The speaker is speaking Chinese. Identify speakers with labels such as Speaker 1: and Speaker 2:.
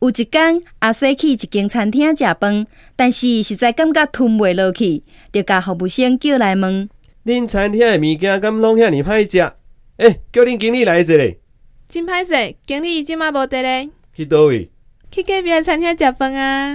Speaker 1: 有一天，阿西去一间餐厅食饭，但是实在感觉吞袂落去，就甲服务生叫来问。
Speaker 2: 恁餐厅的物件敢拢遐尼歹食？诶、叫恁经理来一下咧，
Speaker 3: 真歹势，经理伊即马无伫咧，
Speaker 2: 去倒位？
Speaker 3: 去隔壁的餐厅食饭啊。